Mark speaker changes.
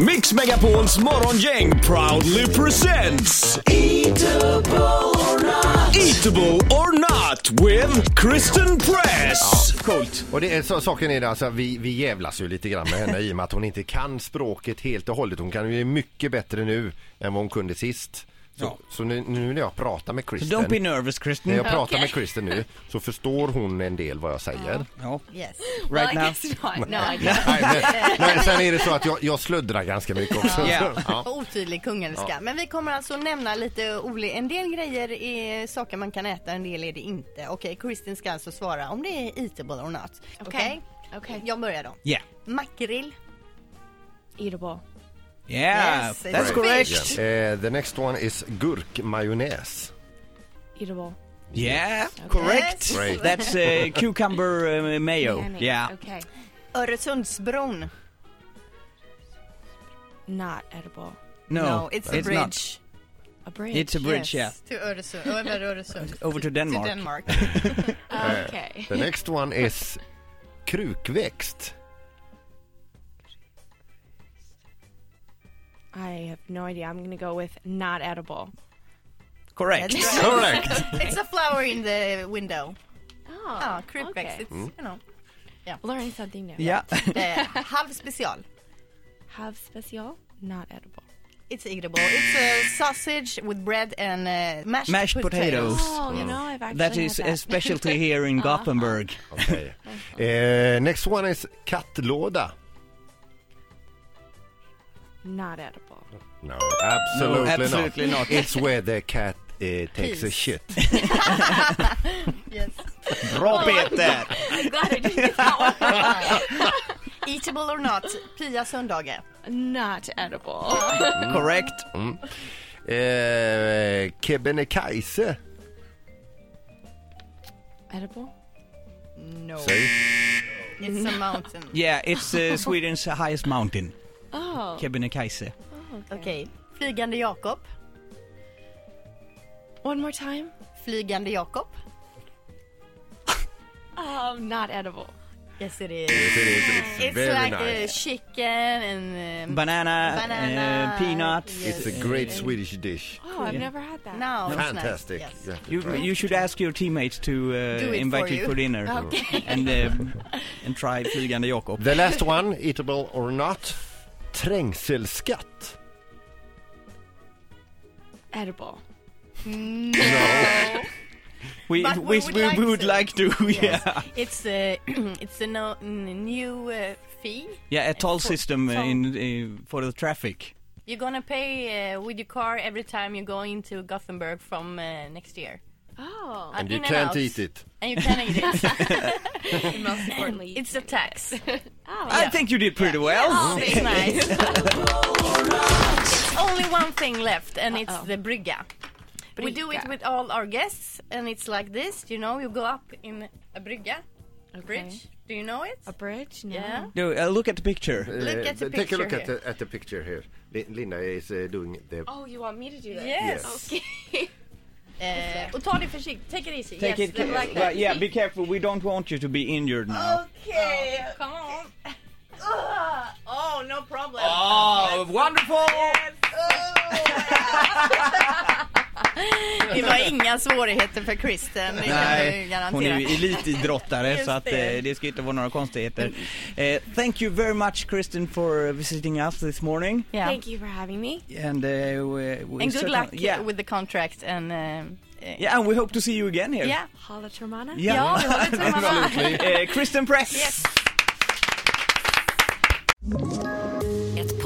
Speaker 1: Mix Megapols morgongäng proudly presents Eatable or not with Kristen Press.
Speaker 2: Coolt. Och det är, så, saken är det, alltså, vi, vi jävlas ju lite grann med henne i och med att hon inte kan språket helt och hållet. Hon kan ju mycket bättre nu än vad hon kunde sist. Så,
Speaker 3: Ja.
Speaker 2: så nu, nu när jag pratar med Kristen,
Speaker 3: Don't be nervous, Kristen.
Speaker 2: när jag pratar med Kristen nu så förstår hon en del vad jag säger.
Speaker 3: Ja.
Speaker 4: Yes.
Speaker 3: Right
Speaker 4: well,
Speaker 3: now?
Speaker 4: I guess not. No, I guess
Speaker 2: Nej, men, men sen är det så att jag, jag sluddrar ganska mycket också.
Speaker 3: Ja.
Speaker 2: Ja.
Speaker 4: Otydlig kungelska. Men vi kommer alltså nämna lite oli- en del grejer är saker man kan äta, en del är det inte. Okej, Kristin ska alltså svara om det är eatable or not. Okej?
Speaker 5: Okay.
Speaker 4: Jag börjar då.
Speaker 3: Yeah.
Speaker 4: Makrill.
Speaker 5: Eatable.
Speaker 3: Yeah,
Speaker 4: Yes,
Speaker 3: Ah, that's
Speaker 4: it's
Speaker 3: correct.
Speaker 4: fish.
Speaker 2: Eh, the next one is gurkmajonnäs.
Speaker 5: Eatable.
Speaker 3: Yeah, correct.
Speaker 4: Yes.
Speaker 2: Great.
Speaker 3: That's uh, cucumber uh, mayo. Yeah.
Speaker 5: Okay.
Speaker 4: Öresundsbron.
Speaker 5: Not edible.
Speaker 3: No,
Speaker 4: it's a bridge.
Speaker 3: not.
Speaker 5: A bridge.
Speaker 3: It's a bridge, yeah.
Speaker 4: Yes, to Öresund. Över Öresund.
Speaker 3: Over to Denmark.
Speaker 4: To Denmark.
Speaker 5: Okay.
Speaker 2: The next one is krukväxt.
Speaker 5: I have no idea. I'm gonna go with not edible.
Speaker 3: Correct.
Speaker 4: That's right.
Speaker 2: Correct.
Speaker 4: It's a flower in the window.
Speaker 5: Oh.
Speaker 4: Ja, krypväxt. It's,
Speaker 3: Mm.
Speaker 4: you know.
Speaker 5: Learning something new.
Speaker 3: Yeah.
Speaker 4: Eh, halv special.
Speaker 5: Have special. Not edible.
Speaker 4: It's eatable. It's a sausage with bread and uh, mashed,
Speaker 3: Mashed potatoes.
Speaker 5: Oh, you know, I've actually
Speaker 3: that
Speaker 5: had
Speaker 3: is
Speaker 5: that.
Speaker 3: a specialty here in
Speaker 4: Uh-huh.
Speaker 3: Gothenburg.
Speaker 2: Okay. Eh, next one is kattlåda.
Speaker 5: not edible.
Speaker 2: No, absolutely,
Speaker 3: No, absolutely
Speaker 2: not.
Speaker 3: not.
Speaker 2: It's where the cat uh, takes a
Speaker 4: Pees.
Speaker 2: shit.
Speaker 4: Yes.
Speaker 3: Bra Peter!
Speaker 5: I'm glad I didn't get that one.
Speaker 4: Eatable or not, Pia Sundhage.
Speaker 5: Not edible.
Speaker 3: Correct.
Speaker 2: Eh, Kebnekaise. Eh,
Speaker 5: Edible.
Speaker 4: No.
Speaker 2: Säg.
Speaker 4: It's a mountain.
Speaker 3: Yeah, it's uh, Sweden's highest mountain,
Speaker 5: Oh.
Speaker 3: Kebnekaise.
Speaker 4: Okej. Flygande Jakob.
Speaker 5: One more time.
Speaker 4: Flygande Jakob.
Speaker 5: Um, not edible.
Speaker 4: Yes it is.
Speaker 2: It is, it's
Speaker 4: It's
Speaker 2: very
Speaker 4: like uh,
Speaker 2: nice.
Speaker 4: chicken and... Um,
Speaker 3: Banana,
Speaker 4: Banana,
Speaker 3: uh, peanuts.
Speaker 4: yes.
Speaker 2: It's a great Swedish dish.
Speaker 5: Oh, I've never had that.
Speaker 4: no, it's
Speaker 2: Fantastic.
Speaker 4: Nice. Yes.
Speaker 2: You have to
Speaker 3: You,
Speaker 2: try it.
Speaker 3: you should ask your teammates to
Speaker 4: Do
Speaker 3: uh,
Speaker 4: it
Speaker 3: invite
Speaker 4: for
Speaker 3: you
Speaker 4: you.
Speaker 3: for dinner
Speaker 4: Okay.
Speaker 3: and um, and try Flygande Jakob.
Speaker 2: The last one, eatable or not, trängselskatt.
Speaker 5: Edible.
Speaker 3: We
Speaker 4: But
Speaker 3: we, we, we would, like to, yeah.
Speaker 4: It's a, it's a no, n- new uh, fee.
Speaker 3: Yeah, a toll system
Speaker 4: toll.
Speaker 3: in uh, for the traffic.
Speaker 4: You're gonna pay uh, with your car every time you go into Gothenburg from uh, next year.
Speaker 5: Oh.
Speaker 4: Uh,
Speaker 2: And you
Speaker 4: in and
Speaker 2: can't
Speaker 4: out.
Speaker 2: eat it.
Speaker 4: And you can eat it.
Speaker 5: Most importantly, Oh.
Speaker 4: it's a tax.
Speaker 3: I think you did pretty well.
Speaker 4: It's nice. it's only one thing left, and it's the brygga. We do it
Speaker 5: Brygga.
Speaker 4: with all our guests, and it's like this. You know, you go up in a brygga, a bridge. Do you know it?
Speaker 5: a bridge. No.
Speaker 4: Yeah.
Speaker 3: No, uh, look at the picture.
Speaker 4: Look at the
Speaker 2: Uh, Take a
Speaker 4: picture
Speaker 2: look at
Speaker 4: here.
Speaker 2: the, at the picture here. Li- Linda is uh, doing the...
Speaker 5: Oh, you want me to do that?
Speaker 3: Oh,
Speaker 4: Yes. Eh, och ta det försiktigt. Take it easy.
Speaker 3: Take
Speaker 4: yes,
Speaker 3: it,
Speaker 4: like that. Oh,
Speaker 3: but yeah, be careful. We don't want you to be injured now.
Speaker 4: Okay.
Speaker 3: Oh,
Speaker 4: Come on. Ugh. Oh, no problem. Oh.
Speaker 3: Oh, wonderful!
Speaker 4: Det var inga svårigheter för Kristen, det kan jag ju
Speaker 3: Nej, hon är ju
Speaker 4: garantera.
Speaker 3: elitidrottare
Speaker 4: Just
Speaker 3: så att eh,
Speaker 4: det.
Speaker 3: det ska inte vara några konstigheter. Eh, thank you very much Kristen for uh, visiting us this morning.
Speaker 4: Yeah.
Speaker 5: Thank you for having me.
Speaker 3: And, uh, we, we
Speaker 4: And good
Speaker 3: certainly-
Speaker 4: luck
Speaker 3: yeah.
Speaker 4: with the contract and... um, eh,
Speaker 3: Yeah, and we hope to see you again here.
Speaker 4: yeah.
Speaker 5: Hola, Termana.
Speaker 3: Yeah.
Speaker 4: Ja, vi håller tummarna.
Speaker 3: Eh, Kristen Press!
Speaker 6: Ett